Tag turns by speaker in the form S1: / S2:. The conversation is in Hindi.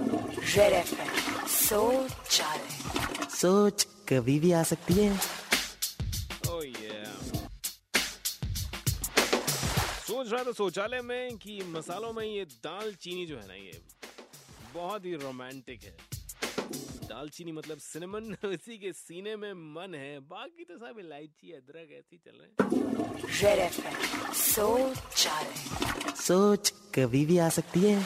S1: रेड एफ सोच चाले
S2: सोच कभी भी आ सकती है
S3: Oh yeah. सोच रहा था शौचालय में कि मसालों में ये दालचीनी जो है ना ये बहुत ही रोमांटिक है दालचीनी मतलब सिनेमन उसी के सीने में मन है बाकी तो सब इलायची अदरक ऐसे ही चल रहे हैं
S1: रेड एफ सोच चाले
S2: सोच कभी भी आ सकती है